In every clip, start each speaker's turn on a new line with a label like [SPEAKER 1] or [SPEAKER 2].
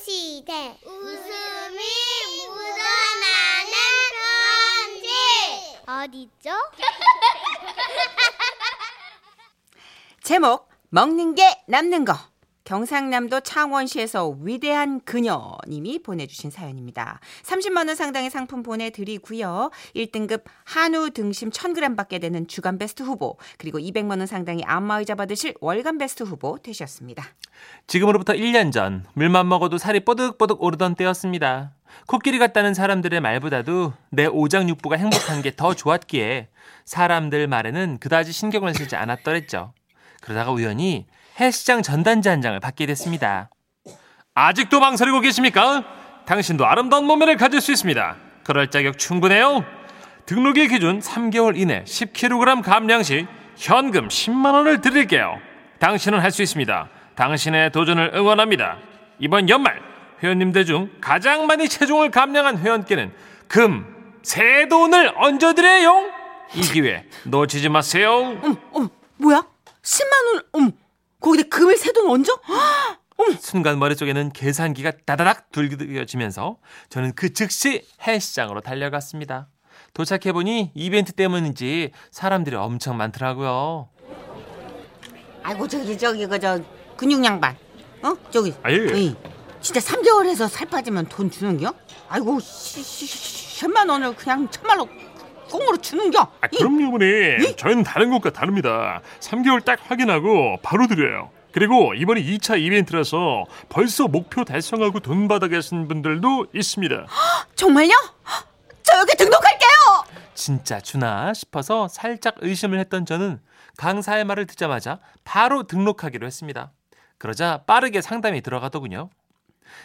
[SPEAKER 1] 시대 웃음이 묻어나는 편지 어디죠?
[SPEAKER 2] 제목 먹는 게 남는 거 경상남도 창원시에서 위대한 그녀님이 보내주신 사연입니다. 30만 원 상당의 상품 보내드리고요. 1등급 한우 등심 1,000g 받게 되는 주간 베스트 후보 그리고 200만 원 상당의 안마의자 받으실 월간 베스트 후보 되셨습니다.
[SPEAKER 3] 지금으로부터 1년 전 물만 먹어도 살이 뽀득뽀득 오르던 때였습니다. 코끼리 같다는 사람들의 말보다도 내 오장육부가 행복한 게 더 좋았기에 사람들 말에는 그다지 신경을 쓰지 않았더랬죠. 그러다가 우연히 헬스장 전단지 한 장을 받게 됐습니다. 아직도 망설이고 계십니까? 당신도 아름다운 몸매를 가질 수 있습니다. 그럴 자격 충분해요. 등록일 기준 3개월 이내 10kg 감량 시 현금 10만 원을 드릴게요. 당신은 할 수 있습니다. 당신의 도전을 응원합니다. 이번 연말 회원님들 중 가장 많이 체중을 감량한 회원께는 금, 세 돈을 얹어드려요. 이 기회 놓치지 마세요.
[SPEAKER 2] 어머 뭐야? 10만 원 어머 거기다 금을 세돈 얹어?
[SPEAKER 3] 순간 머릿속에는 계산기가 다다닥 dur려지면서 저는 그 즉시 헬스장으로 달려갔습니다. 도착해보니 이벤트 때문인지 사람들이 엄청 많더라고요.
[SPEAKER 2] 아이고 저기 저기 그저 근육 양반 어 저기
[SPEAKER 3] 아, 예.
[SPEAKER 2] 에이, 진짜 3개월에서 살 빠지면 돈 주는겨? 아이고 시, 시, 시, 10만 원을 그냥 참말로 꽁으로 주는겨?
[SPEAKER 4] 아, 그럼요, 어머니. 저희는 다른 곳과 다릅니다. 3개월 딱 확인하고 바로 드려요. 그리고 이번이 2차 이벤트라서 벌써 목표 달성하고 돈 받아 계신 분들도 있습니다.
[SPEAKER 2] 정말요? 저 여기 등록할게요
[SPEAKER 3] 진짜 주나 싶어서 살짝 의심을 했던 저는 강사의 말을 듣자마자 바로 등록하기로 했습니다. 그러자 빠르게 상담이 들어가더군요.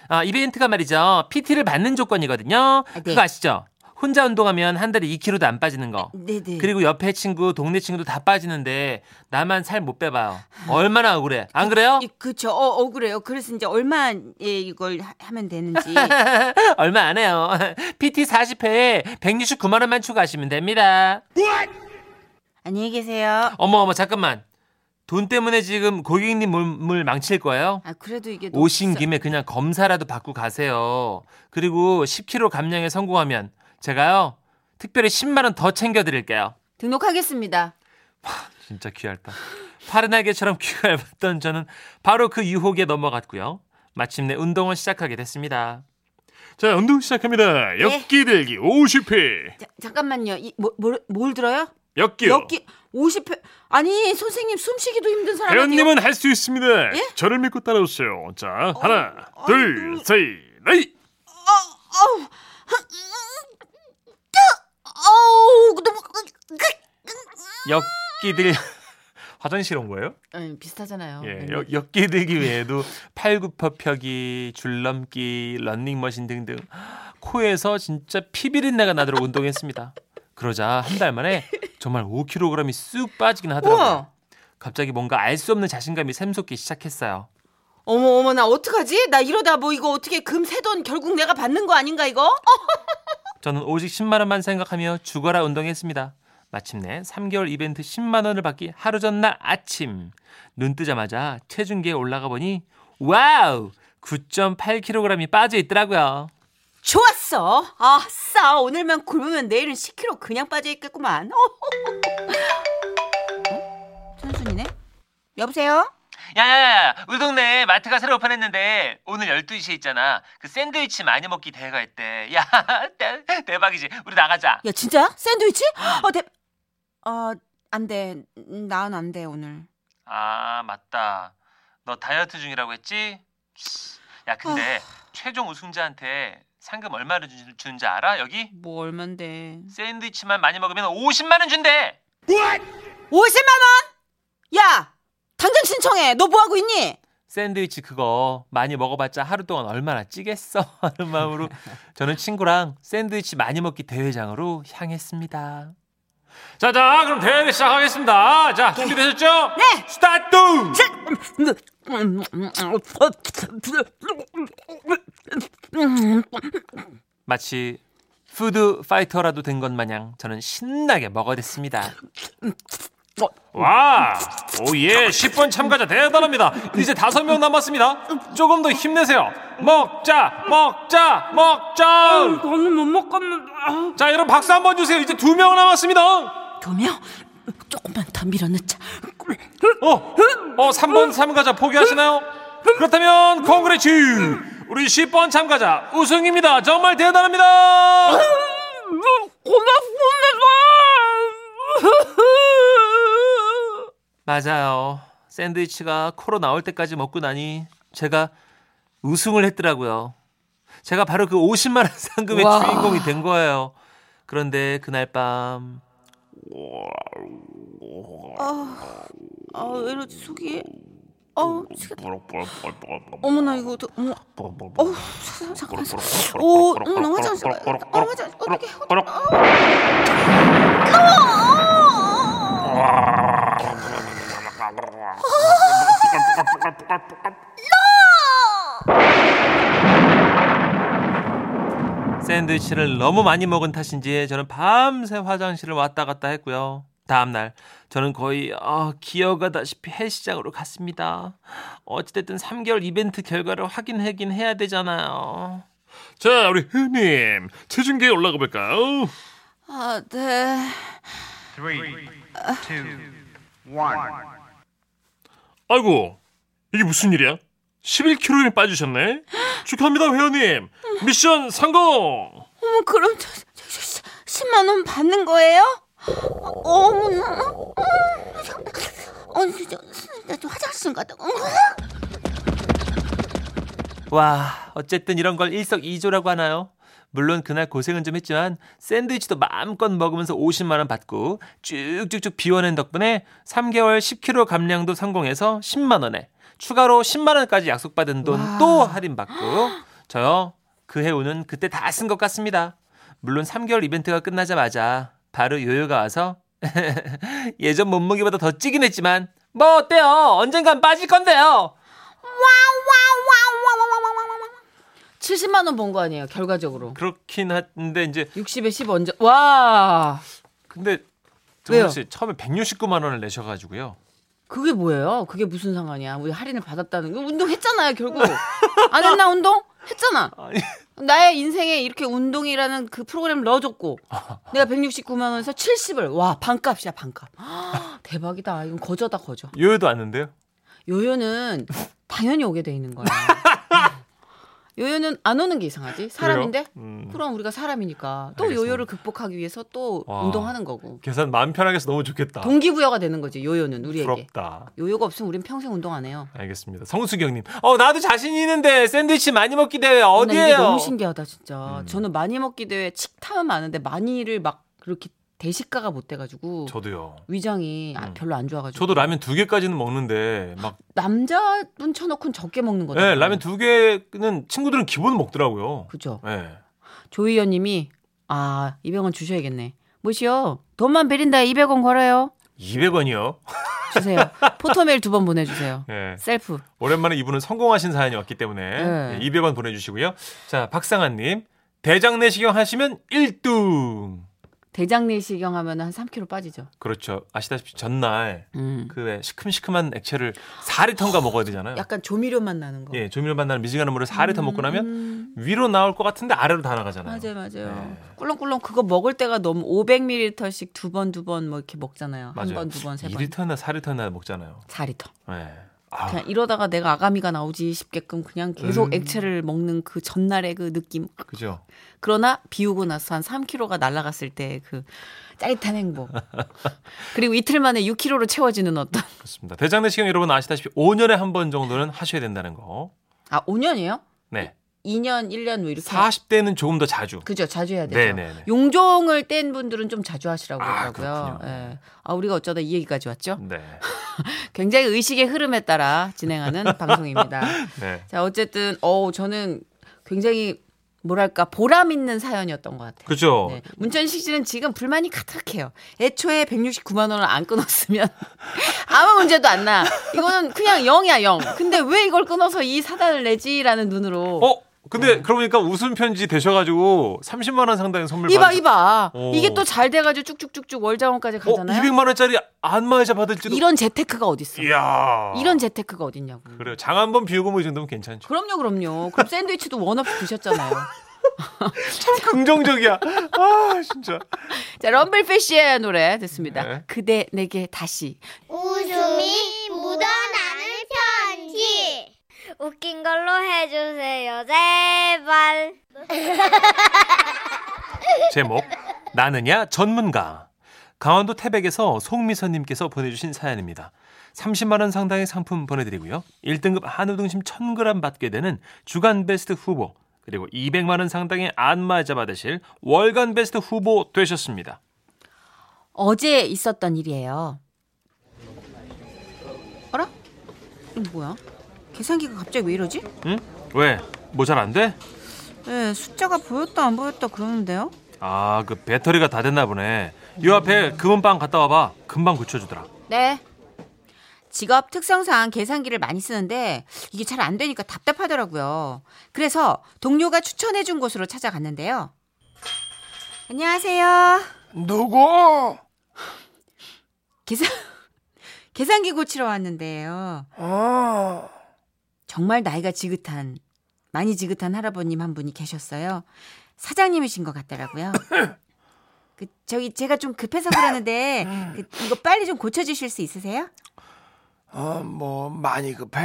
[SPEAKER 3] 아, 이벤트가 말이죠. PT를 받는 조건이거든요.
[SPEAKER 2] 네.
[SPEAKER 3] 그거 아시죠? 혼자 운동하면 한 달에 2kg도 안 빠지는 거.
[SPEAKER 2] 네네
[SPEAKER 3] 그리고 옆에 친구, 동네 친구도 다 빠지는데 나만 살 못 빼봐요. 얼마나 억울해. 안 그래요?
[SPEAKER 2] 이, 그쵸 어, 억울해요 그래서 이제 얼마에 예, 이걸 하, 면 되는지
[SPEAKER 3] 얼마 안 해요. PT 40회에 169만 원만 추가하시면 됩니다.
[SPEAKER 2] 안녕히 계세요
[SPEAKER 3] 어머 어머 잠깐만. 돈 때문에 지금 고객님 몸을 망칠 거예요?
[SPEAKER 2] 아 그래도 이게 너무
[SPEAKER 3] 오신
[SPEAKER 2] 비싸-
[SPEAKER 3] 김에 그냥 검사라도 받고 가세요. 그리고 10kg 감량에 성공하면 제가요 특별히 10만 원 더 챙겨 드릴게요.
[SPEAKER 2] 등록하겠습니다
[SPEAKER 3] 진짜 귀할다. 파른 날개처럼 귀가 얇았던 저는 바로 그 유혹에 넘어갔고요. 마침내 운동을 시작하게 됐습니다.
[SPEAKER 4] 자, 운동 시작합니다. 엽기 들기 50회.
[SPEAKER 2] 자, 잠깐만요 이, 뭐, 뭘, 뭘 들어요?
[SPEAKER 3] 예.
[SPEAKER 4] 엽기요.
[SPEAKER 2] 기 50회 아니 선생님 숨쉬기도 힘든 사람한테
[SPEAKER 4] 회원님은 할 수 있습니다. 저를 믿고 따라오세요. 자, 하나, 둘, 셋, 넷.
[SPEAKER 2] 어우 너무
[SPEAKER 3] 엮기들 화장실 온 거예요?
[SPEAKER 2] 아니, 비슷하잖아요.
[SPEAKER 3] 예,
[SPEAKER 2] 네.
[SPEAKER 3] 역- 엮기들기 외에도 팔굽혀펴기, 줄넘기, 런닝머신 등등 코에서 진짜 피비린내가 나도록 운동했습니다. 그러자 한 달 만에 정말 5kg이 쑥 빠지긴 하더라고요.
[SPEAKER 2] 우와.
[SPEAKER 3] 갑자기 뭔가 알 수 없는 자신감이 샘솟기 시작했어요.
[SPEAKER 2] 어머 어머 나 어떡하지? 나 이러다 뭐 이거 어떻게 금 세 돈 결국 내가 받는 거 아닌가 이거? 어?
[SPEAKER 3] 저는 오직 10만 원만 생각하며 죽어라 운동했습니다. 마침내 3개월 이벤트 10만 원을 받기 하루 전날 아침 눈 뜨자마자 체중계에 올라가 보니 와우 9.8kg이 빠져 있더라고요.
[SPEAKER 2] 좋았어. 아싸 오늘만 굶으면 내일은 10kg 그냥 빠져 있겠구만. 어? 어? 천순이네. 여보세요?
[SPEAKER 3] 야야야 우리 동네 마트가 새로 오픈했는데 오늘 12시에 있잖아. 그 샌드위치 많이 먹기 대회가 있대. 야 대- 대박이지. 우리 나가자.
[SPEAKER 2] 야 진짜? 샌드위치? 어 대. 어안 돼. 나는 안 돼 오늘.
[SPEAKER 3] 아 맞다. 너 다이어트 중이라고 했지? 야 근데 최종 우승자한테 상금 얼마를 주- 주는지 알아? 여기?
[SPEAKER 2] 뭐 얼만데?
[SPEAKER 3] 샌드위치만 많이 먹으면 50만 원 준대.
[SPEAKER 2] 50만 원? 야 당장 신청해. 너 뭐 하고 있니?
[SPEAKER 3] 샌드위치 그거 많이 먹어봤자 하루 동안 얼마나 찌겠어 하는 마음으로 저는 친구랑 샌드위치 많이 먹기 대회장으로 향했습니다. 자자 그럼 대회 시작하겠습니다. 자 준비되셨죠?
[SPEAKER 2] 네.
[SPEAKER 3] 스타트. 마치 푸드 파이터라도 된 것 마냥 저는 신나게 먹어댔습니다. 와, 오예, 10분 참가자 대단합니다. 이제 다섯 명 남았습니다. 조금 더 힘내세요. 먹자, 먹자, 먹자.
[SPEAKER 5] 나는 못 먹겠는데. 아,
[SPEAKER 3] 자, 여러분 박수 한번 주세요. 이제 두 명 남았습니다.
[SPEAKER 2] 두명 조금만 더 밀어넣자.
[SPEAKER 3] 어, 어, 3번 참가자 포기하시나요? 그렇다면 콩그레츠 우리 10번 참가자 우승입니다. 정말 대단합니다.
[SPEAKER 2] 고맙습니다.
[SPEAKER 3] 맞아요. 샌드위치가 코로 나올 때까지 먹고 나니 제가 우승을 했더라고요. 제가 바로 그 50만 원 상금의
[SPEAKER 2] 와.
[SPEAKER 3] 주인공이 된 거예요. 그런데 그날 밤
[SPEAKER 5] 아, 왜 이러지 속이? 어, 치겠다. 어머나 이거 어떡- 어머. 어우, 사- 잠깐만. 오, 음, 너무 화장실. 너무 화장실. 어떻게?
[SPEAKER 3] 샌드위치를 너무 많이 먹은 탓인지 저는 밤새 화장실을 왔다 갔다 했고요. 다음날 저는 거의 아, 기어가다시피 헬스장으로 갔습니다. 어찌됐든 3개월 이벤트 결과를 확인하긴 해야 되잖아요.
[SPEAKER 6] 자, 우리 흐님 체중계에 올라가 볼까요?
[SPEAKER 5] 아, 네.
[SPEAKER 6] 아이고, 이게 무슨 일이야? 11kg이 빠지셨네. 축하합니다, 회원님. 미션 성공.
[SPEAKER 5] 어머, 뭐 그럼 저, 저, 저, 저 10만 원 받는 거예요? 어, 어머나. 어, 어, 저, 저, 나좀 화장실 좀 갔다. 어.
[SPEAKER 3] 와, 어쨌든 이런 걸 일석이조라고 하나요? 물론 그날 고생은 좀 했지만 샌드위치도 마음껏 먹으면서 50만 원 받고 쭉쭉쭉 비워낸 덕분에 3개월 10kg 감량도 성공해서 10만 원에 추가로 10만 원까지 약속받은 돈 또 할인받고 저요 그 해오는 그때 다 쓴 것 같습니다. 물론 3개월 이벤트가 끝나자마자 바로 요요가 와서 예전 몸무게보다 더 찌긴 했지만 뭐 어때요? 언젠간 빠질 건데요.
[SPEAKER 2] 70만 원 본 거 아니에요, 결과적으로.
[SPEAKER 3] 그렇긴 한데 이제
[SPEAKER 2] 60에 10 언제? 와.
[SPEAKER 3] 근데
[SPEAKER 2] 왜요?
[SPEAKER 3] 정훈 씨 처음에 169만 원을 내셔가지고요.
[SPEAKER 2] 그게 뭐예요? 그게 무슨 상관이야? 우리 할인을 받았다는 거 운동했잖아요, 결국. 안 했나 운동? 했잖아. 나의 인생에 이렇게 운동이라는 그 프로그램을 넣어줬고 내가 169만 원에서 70을 와 반값이야 반값. 헉, 대박이다. 이건 거저다 거저.
[SPEAKER 3] 요요도 왔는데요.
[SPEAKER 2] 요요는 당연히 오게 돼 있는 거야. 요요는 안 오는 게 이상하지? 사람인데?
[SPEAKER 3] 음,
[SPEAKER 2] 그럼 우리가 사람이니까 또
[SPEAKER 3] 알겠습니다.
[SPEAKER 2] 요요를 극복하기 위해서 또
[SPEAKER 3] 와.
[SPEAKER 2] 운동하는 거고
[SPEAKER 3] 계산 마음 편하게 해서 너무 좋겠다.
[SPEAKER 2] 동기부여가 되는 거지 요요는 우리에게
[SPEAKER 3] 부럽다.
[SPEAKER 2] 요요가 없으면 우린 평생 운동 안 해요.
[SPEAKER 3] 알겠습니다. 성수경님. 어 나도 자신 있는데 샌드위치 많이 먹기
[SPEAKER 2] 나
[SPEAKER 3] 대회
[SPEAKER 2] 이게
[SPEAKER 3] 어디에요?
[SPEAKER 2] 너무 신기하다 진짜.
[SPEAKER 3] 음.
[SPEAKER 2] 저는 많이 먹기 대회 칙타은 많은데 많이를 막 그렇게 대식가가 못 돼가지고
[SPEAKER 3] 저도요.
[SPEAKER 2] 위장이 아,
[SPEAKER 3] 음.
[SPEAKER 2] 별로 안 좋아가지고.
[SPEAKER 3] 저도 라면 두 개까지는 먹는데 막
[SPEAKER 2] 남자분 쳐놓고는 적게 먹는 거다.
[SPEAKER 3] 예, 라면 두 개는 친구들은 기본 먹더라고요.
[SPEAKER 2] 그죠.
[SPEAKER 3] 예.
[SPEAKER 2] 조희연님이 아 200원 주셔야겠네. 뭐시요? 돈만 비린다 200원 걸어요.
[SPEAKER 3] 200원이요.
[SPEAKER 2] 주세요. 포토메일 두 번 보내주세요.
[SPEAKER 3] 예.
[SPEAKER 2] 셀프.
[SPEAKER 3] 오랜만에 이분은 성공하신 사연이 왔기 때문에 예,
[SPEAKER 2] 네.
[SPEAKER 3] 200원 보내주시고요. 자, 박상아님. 대장 내시경 하시면 1등.
[SPEAKER 2] 대장 내시경 하면 한 3kg 빠지죠.
[SPEAKER 3] 그렇죠. 아시다시피 전날
[SPEAKER 2] 음.
[SPEAKER 3] 그 왜 시큼시큼한 액체를 4리터인가 먹어야 되잖아요.
[SPEAKER 2] 약간 조미료 맛 나는 거.
[SPEAKER 3] 예, 조미료 만나는 미지근한 물을 4리터 먹고 나면
[SPEAKER 2] 음,
[SPEAKER 3] 위로 나올 것 같은데 아래로 다 나가잖아요.
[SPEAKER 2] 맞아요, 맞아요.
[SPEAKER 3] 네.
[SPEAKER 2] 꿀렁꿀렁 그거 먹을 때가 너무 500ml씩 두 번 두 번 뭐 이렇게 먹잖아요. 한
[SPEAKER 3] 맞아요.
[SPEAKER 2] 번, 두 번, 세 번.
[SPEAKER 3] 2리터나 4리터나 먹잖아요.
[SPEAKER 2] 4리터.
[SPEAKER 3] 예. 아,
[SPEAKER 2] 그냥 이러다가 내가 아가미가 나오지 싶게끔 그냥 계속
[SPEAKER 3] 음.
[SPEAKER 2] 액체를 먹는 그 전날의 그 느낌.
[SPEAKER 3] 그죠.
[SPEAKER 2] 그러나 비우고 나서 한 3kg가 날아갔을 때 그 짜릿한 행복. 그리고 이틀 만에 6kg로 채워지는 어떤.
[SPEAKER 3] 그렇습니다. 대장 내시경 여러분 아시다시피 5년에 한 번 정도는 하셔야 된다는 거.
[SPEAKER 2] 아, 5년이에요?
[SPEAKER 3] 네.
[SPEAKER 2] 2년, 1년 뭐 이렇게.
[SPEAKER 3] 40대는 조금 더 자주.
[SPEAKER 2] 그죠, 자주 해야 되죠.
[SPEAKER 3] 네네네.
[SPEAKER 2] 용종을 뗀 분들은 좀 자주 하시라고
[SPEAKER 3] 아,
[SPEAKER 2] 그러더라고요. 음.
[SPEAKER 3] 그렇군요.
[SPEAKER 2] 예. 아, 우리가 어쩌다 이 얘기까지 왔죠?
[SPEAKER 3] 네.
[SPEAKER 2] 굉장히 의식의 흐름에 따라 진행하는 방송입니다.
[SPEAKER 3] 네.
[SPEAKER 2] 자, 어쨌든 어우, 저는 굉장히 뭐랄까 보람 있는 사연이었던 것 같아요.
[SPEAKER 3] 그죠.
[SPEAKER 2] 네. 문천식 씨는 지금 불만이 가득해요. 애초에 169만 원을 안 끊었으면 아무 문제도 안 나. 이거는 그냥 영이야 영. 근데 왜 이걸 끊어서 이 사단을 내지라는 눈으로
[SPEAKER 3] 어? 근데 그러니까 웃음 편지 되셔가지고 30만 원 상당의 선물
[SPEAKER 7] 이봐
[SPEAKER 3] 받으-
[SPEAKER 7] 이봐
[SPEAKER 3] 어.
[SPEAKER 7] 이게 또 잘 돼가지고 쭉쭉쭉쭉 월장원까지
[SPEAKER 3] 어,
[SPEAKER 7] 가잖아요.
[SPEAKER 3] 200만 원짜리 안마의자 받을지도. 아.
[SPEAKER 7] 이런 재테크가 어딨어?
[SPEAKER 3] 이야.
[SPEAKER 7] 이런 재테크가 어딨냐고.
[SPEAKER 3] 그래요. 장 한 번 비우고 뭐 이 정도면 괜찮죠.
[SPEAKER 7] 그럼요, 그럼요. 그럼 샌드위치도 원 없이 드셨잖아요.
[SPEAKER 3] 참 긍정적이야. 아 진짜.
[SPEAKER 7] 자, 럼블피쉬의 노래 듣습니다.
[SPEAKER 3] 네.
[SPEAKER 7] 그대 내게 다시.
[SPEAKER 1] 웃음이 묻어나는 편지. 웃긴 걸로 해주세요, 제발.
[SPEAKER 3] 제목 나느냐 전문가 강원도 태백에서 송미선님께서 보내주신 사연입니다. 30만 원 상당의 상품 보내드리고요. 1등급 한우 등심 1,000g 받게 되는 주간 베스트 후보 그리고 200만 원 상당의 안마자 받으실 월간 베스트 후보 되셨습니다.
[SPEAKER 7] 어제 있었던 일이에요. 어라? 이거 뭐야?
[SPEAKER 2] 계산기가 갑자기 왜 이러지?
[SPEAKER 3] 응? 왜? 뭐 잘 안 돼?
[SPEAKER 2] 네, 숫자가 보였다 안 보였다 그러는데요.
[SPEAKER 3] 아, 그 배터리가 다 됐나 보네. 요 앞에 금은방 갔다 와봐. 금방 고쳐주더라.
[SPEAKER 7] 네.
[SPEAKER 2] 직업 특성상 계산기를 많이 쓰는데 이게 잘 안 되니까 답답하더라고요. 그래서 동료가 추천해 준 곳으로 찾아갔는데요. 안녕하세요.
[SPEAKER 6] 누구?
[SPEAKER 2] 계산 계산기 고치러 왔는데요.
[SPEAKER 6] 어,
[SPEAKER 2] 정말 나이가 지긋한 많이 지긋한 할아버님 한 분이 계셨어요. 사장님이신 것 같더라고요. 그 저기 제가 좀 급해서 그러는데
[SPEAKER 6] 음.
[SPEAKER 2] 그 이거 빨리 좀 고쳐 주실 수 있으세요?
[SPEAKER 6] 어, 뭐 많이 급해?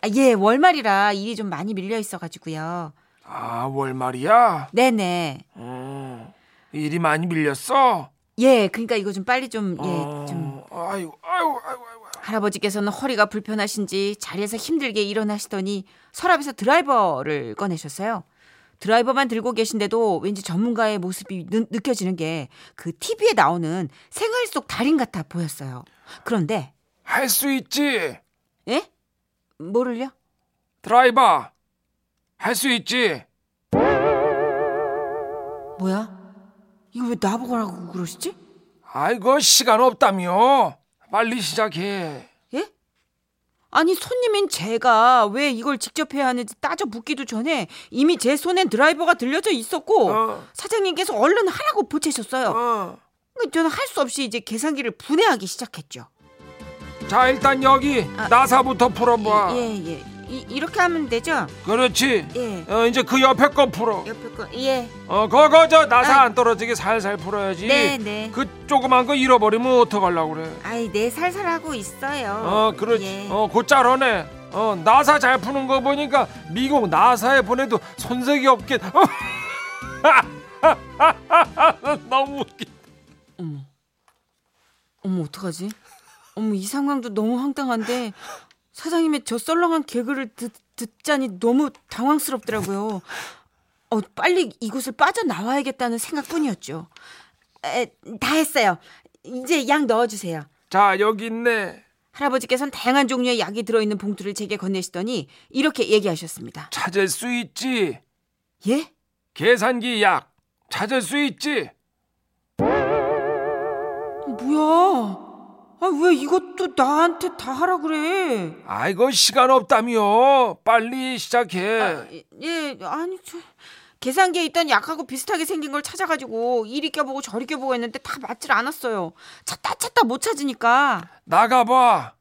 [SPEAKER 2] 아, 예, 월말이라 일이 좀 많이 밀려 있어 가지고요.
[SPEAKER 6] 아, 월말이야?
[SPEAKER 2] 네네.
[SPEAKER 6] 음, 일이 많이 밀렸어?
[SPEAKER 2] 예, 그러니까 이거 좀 빨리 좀, 예,
[SPEAKER 6] 어,
[SPEAKER 2] 좀.
[SPEAKER 6] 아이고, 아이고, 아이고, 아이고.
[SPEAKER 2] 할아버지께서는 허리가 불편하신지 자리에서 힘들게 일어나시더니 서랍에서 드라이버를 꺼내셨어요. 드라이버만 들고 계신데도 왠지 전문가의 모습이 느, 느껴지는 게 그 TV에 나오는 생활 속 달인 같아 보였어요. 그런데,
[SPEAKER 6] 할 수 있지?
[SPEAKER 2] 예? 뭐를요?
[SPEAKER 6] 드라이버, 할 수 있지?
[SPEAKER 2] 뭐야? 이거 왜 나보고 하라고 그러시지?
[SPEAKER 6] 아이고, 시간 없다며? 빨리 시작해.
[SPEAKER 2] 예? 아니 손님인 제가 왜 이걸 직접 해야 하는지 따져 묻기도 전에 이미 제 손엔 드라이버가 들려져 있었고
[SPEAKER 6] 어.
[SPEAKER 2] 사장님께서 얼른 하라고 보채셨어요.
[SPEAKER 6] 어.
[SPEAKER 2] 그러니까 저는 할 수 없이 이제 계산기를 분해하기 시작했죠.
[SPEAKER 6] 자, 일단 여기 나사부터 풀어봐.
[SPEAKER 2] 아. 예예 이, 이렇게 하면 되죠?
[SPEAKER 6] 그렇지.
[SPEAKER 2] 예
[SPEAKER 6] 어, 이제 그 옆에 거 풀어.
[SPEAKER 2] 옆에 거예
[SPEAKER 6] 어, 그거 저 나사
[SPEAKER 2] 아이.
[SPEAKER 6] 안 떨어지게 살살 풀어야지.
[SPEAKER 2] 네네
[SPEAKER 6] 그 조그만 거 잃어버리면 어떡하려고 그래
[SPEAKER 2] 아이 네 살살 하고 있어요.
[SPEAKER 6] 어 그렇지
[SPEAKER 2] 예.
[SPEAKER 6] 어 곧잘하네 어 나사 잘 푸는 거 보니까 미국 나사에 보내도 손색이 어. 없겠 너무 웃기
[SPEAKER 2] 어머 어떡하지? 어머 이 상황도 너무 황당한데 사장님의 저 썰렁한 개그를 듣, 듣자니 너무 당황스럽더라고요. 어 빨리 이곳을 빠져나와야겠다는 생각뿐이었죠. 에, 다 했어요. 이제 약 넣어주세요.
[SPEAKER 6] 자 여기 있네
[SPEAKER 2] 할아버지께서는 다양한 종류의 약이 들어있는 봉투를 제게 건네시더니 이렇게 얘기하셨습니다.
[SPEAKER 6] 찾을 수 있지
[SPEAKER 2] 예?
[SPEAKER 6] 계산기 약 찾을 수 있지
[SPEAKER 2] 뭐야? 아 왜 이것도 나한테 다 하라 그래?
[SPEAKER 6] 아이고 시간 없다며 빨리 시작해
[SPEAKER 2] 예, 아니 저 계산기에 있던 약하고 비슷하게 생긴 걸 찾아가지고 이리 껴보고 저리 껴보고 했는데 다 맞질 않았어요. 찾다 찾다 못 찾으니까.
[SPEAKER 6] 나가봐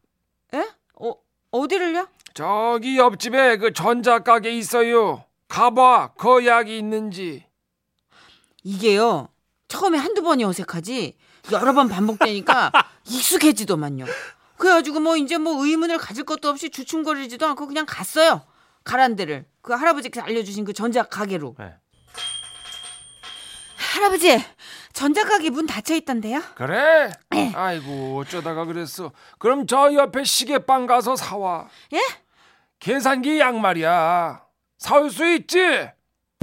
[SPEAKER 2] 예? 어 어디를요?
[SPEAKER 6] 저기 옆집에 그 전자가게 있어요 가봐 그 약이 있는지
[SPEAKER 2] 이게요. 처음에 한두 번이 어색하지 여러 번 반복되니까 익숙해지더만요. 그래가지고 뭐 이제 뭐 의문을 가질 것도 없이 주춤거리지도 않고 그냥 갔어요. 가란 데를 그 할아버지께서 알려주신 그 전자 가게로.
[SPEAKER 3] 네.
[SPEAKER 2] 할아버지 전자 가게 문 닫혀 있던데요?
[SPEAKER 6] 그래? 아이고 어쩌다가 그랬어. 그럼 저 옆에 시계방 가서 사와.
[SPEAKER 2] 예?
[SPEAKER 6] 계산기 양말이야. 사올 수 있지?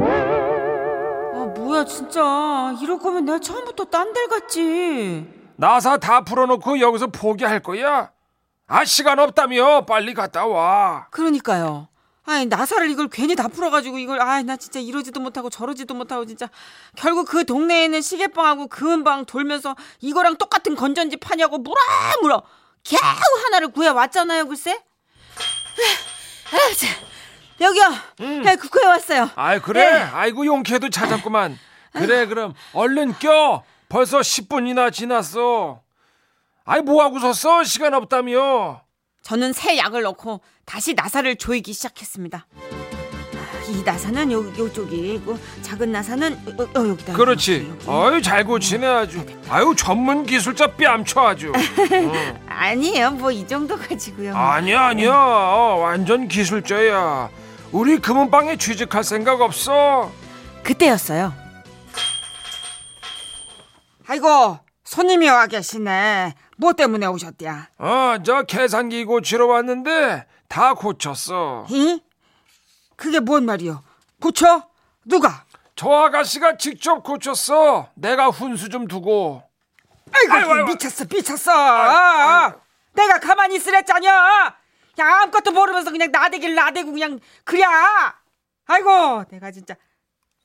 [SPEAKER 2] 아 뭐야 진짜 이럴 거면 내가 처음부터 딴 데 갔지
[SPEAKER 6] 나사 다 풀어놓고 여기서 포기할 거야? 아 시간 없다며 빨리 갔다 와.
[SPEAKER 2] 그러니까요 아니 나사를 이걸 괜히 다 풀어가지고 이걸 아 나 진짜 이러지도 못하고 저러지도 못하고 진짜 결국 그 동네에 있는 시계방하고 그 금은방 돌면서 이거랑 똑같은 건전지 파냐고 물어물어 겨우 하나를 구해왔잖아요 그 글쎄 에휴, 에휴, 참.
[SPEAKER 8] 여기요. 네, 국회에 왔어요.
[SPEAKER 6] 아이 그래 아이고 용케도 찾았구만 그래 그럼 얼른 껴 벌써 10분이나 지났어 아이 뭐하고 섰어 시간 없다며
[SPEAKER 8] 저는 새 약을 넣고 다시 나사를 조이기 시작했습니다. 이 나사는 요, 요쪽이 있고 작은 나사는 어, 어, 여기다.
[SPEAKER 6] 그렇지 어.
[SPEAKER 8] 여기.
[SPEAKER 6] 아유 잘 고치네 아주 아유 전문 기술자 뺨쳐 아주 어.
[SPEAKER 8] 아니에요. 뭐 이 정도 가지고요.
[SPEAKER 6] 아니야 아니야 어, 완전 기술자야 우리 금은방에 취직할 생각 없어
[SPEAKER 8] 그때였어요. 아이고 손님이 와 계시네. 뭐 때문에 오셨대야?
[SPEAKER 6] 어 저 계산기 고치러 왔는데 다 고쳤어
[SPEAKER 8] 응? 그게 뭔 말이요? 고쳐? 누가?
[SPEAKER 6] 저 아가씨가 직접 고쳤어 내가 훈수 좀 두고
[SPEAKER 8] 아이고,
[SPEAKER 6] 아이고, 아이고.
[SPEAKER 8] 미쳤어 미쳤어. 아, 아. 내가 가만히 있으랬잖여. 야 아무것도 모르면서 그냥 나대길 나대고 그냥 그랴. 아이고 내가 진짜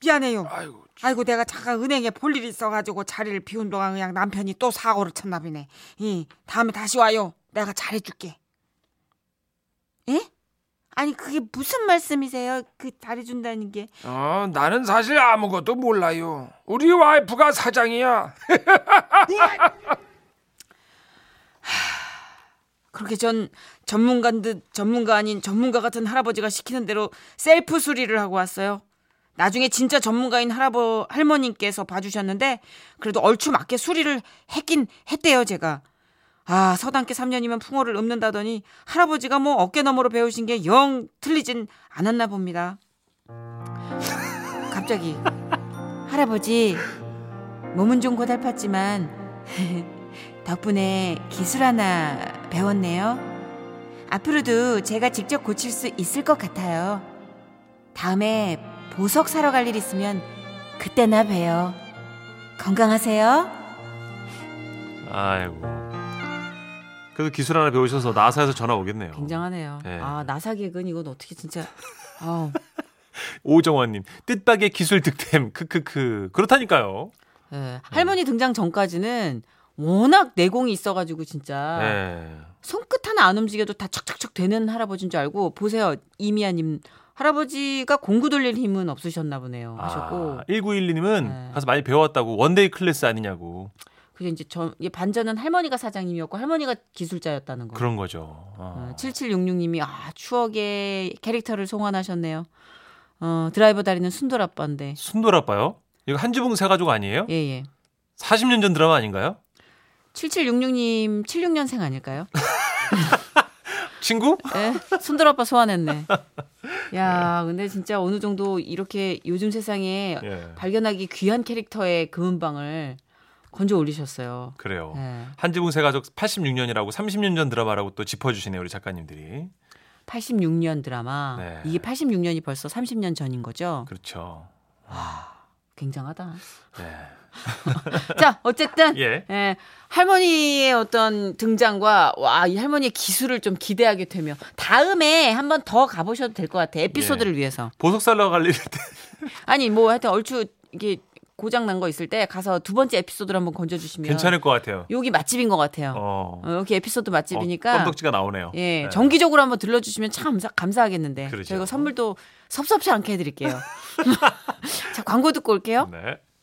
[SPEAKER 8] 미안해요.
[SPEAKER 6] 아이고
[SPEAKER 8] 아이고 내가 잠깐 은행에 볼 일이 있어가지고 자리를 비운 동안 그냥 남편이 또 사고를 쳤나 보네. 이 다음에 다시 와요. 내가 잘해줄게. 예? 아니 그게 무슨 말씀이세요? 그 잘해준다는 게.
[SPEAKER 6] 어, 나는 사실 아무것도 몰라요. 우리 와이프가 사장이야.
[SPEAKER 2] 그렇게 전 전문가인 듯 전문가 아닌 전문가 같은 할아버지가 시키는 대로 셀프 수리를 하고 왔어요. 나중에 진짜 전문가인 할아버 할머님께서 봐주셨는데 그래도 얼추 맞게 수리를 했긴 했대요 제가. 아 서당께 3년이면 풍어를 읊는다더니 할아버지가 뭐 어깨너머로 배우신 게 영 틀리진 않았나 봅니다. 갑자기 할아버지 몸은 좀 고달팠지만 덕분에 기술 하나 배웠네요. 앞으로도 제가 직접 고칠 수 있을 것 같아요. 다음에 보석 사러 갈 일 있으면 그때나 봬요. 건강하세요.
[SPEAKER 3] 아이고. 그래도 기술 하나 배우셔서 나사에서 전화 오겠네요.
[SPEAKER 2] 굉장하네요.
[SPEAKER 3] 네.
[SPEAKER 2] 아 나사객은 이건 어떻게 진짜 아우
[SPEAKER 3] 오정원님 뜻밖의 기술 득템 크크크 그렇다니까요.
[SPEAKER 2] 예. 할머니 등장 전까지는 워낙 내공이 있어가지고 진짜
[SPEAKER 3] 네.
[SPEAKER 2] 손끝 하나 안 움직여도 다 척척척 되는 할아버지인 줄 알고 보세요 이미아님 할아버지가 공구 돌릴 힘은 없으셨나 보네요 하셨고
[SPEAKER 3] 아, 1912님은
[SPEAKER 2] 네.
[SPEAKER 3] 가서 많이 배웠다고 원데이 클래스 아니냐고
[SPEAKER 2] 그게 이제 저 이게 반전은 할머니가 사장님이었고 할머니가 기술자였다는 거.
[SPEAKER 3] 그런 거죠.
[SPEAKER 2] 어,
[SPEAKER 3] 어.
[SPEAKER 2] 7766님이 아 추억의 캐릭터를 송환하셨네요. 어 드라이버 다리는 순돌 아빠인데.
[SPEAKER 3] 순돌아빠요? 이거 한지붕 새가족 아니에요?
[SPEAKER 2] 예 예.
[SPEAKER 3] 40년 전 드라마 아닌가요?
[SPEAKER 2] 7766님 76년생 아닐까요?
[SPEAKER 3] 친구?
[SPEAKER 2] 예. 순돌 아빠 소환했네. 야
[SPEAKER 3] 네.
[SPEAKER 2] 근데 진짜 어느 정도 이렇게 요즘 세상에
[SPEAKER 3] 예.
[SPEAKER 2] 발견하기 귀한 캐릭터의 금은방을 건져 올리셨어요.
[SPEAKER 3] 그래요.
[SPEAKER 2] 예.
[SPEAKER 3] 한지붕 새가족 86년이라고 30년 전 드라마라고 또 짚어주시네요 우리 작가님들이.
[SPEAKER 2] 86년 드라마.
[SPEAKER 3] 네.
[SPEAKER 2] 이게 86년이 벌써 30년 전인 거죠.
[SPEAKER 3] 그렇죠.
[SPEAKER 2] 굉장하다.
[SPEAKER 3] 네.
[SPEAKER 2] 자, 어쨌든
[SPEAKER 3] 예.
[SPEAKER 2] 예, 할머니의 어떤 등장과 와, 이 할머니의 기술을 좀 기대하게 되며 다음에 한 번 더 가보셔도 될 것 같아. 에피소드를
[SPEAKER 3] 예.
[SPEAKER 2] 위해서.
[SPEAKER 3] 보석 살러 갈일 때.
[SPEAKER 2] 아니, 뭐 하여튼 얼추 이게 고장 난 거 있을 때 가서 두 번째 에피소드를 한번 건져 주시면
[SPEAKER 3] 괜찮을 것 같아요.
[SPEAKER 2] 여기 맛집인 것 같아요. 어.
[SPEAKER 3] 어.
[SPEAKER 2] 여기 에피소드 맛집이니까
[SPEAKER 3] 어, 껌덕지가 나오네요.
[SPEAKER 2] 예,
[SPEAKER 3] 네.
[SPEAKER 2] 정기적으로 한번 들러주시면 참 감사- 감사하겠는데
[SPEAKER 3] 그러죠.
[SPEAKER 2] 저희가 선물도 섭섭치 않게 해드릴게요. 자, 광고 듣고 올게요.
[SPEAKER 3] 네.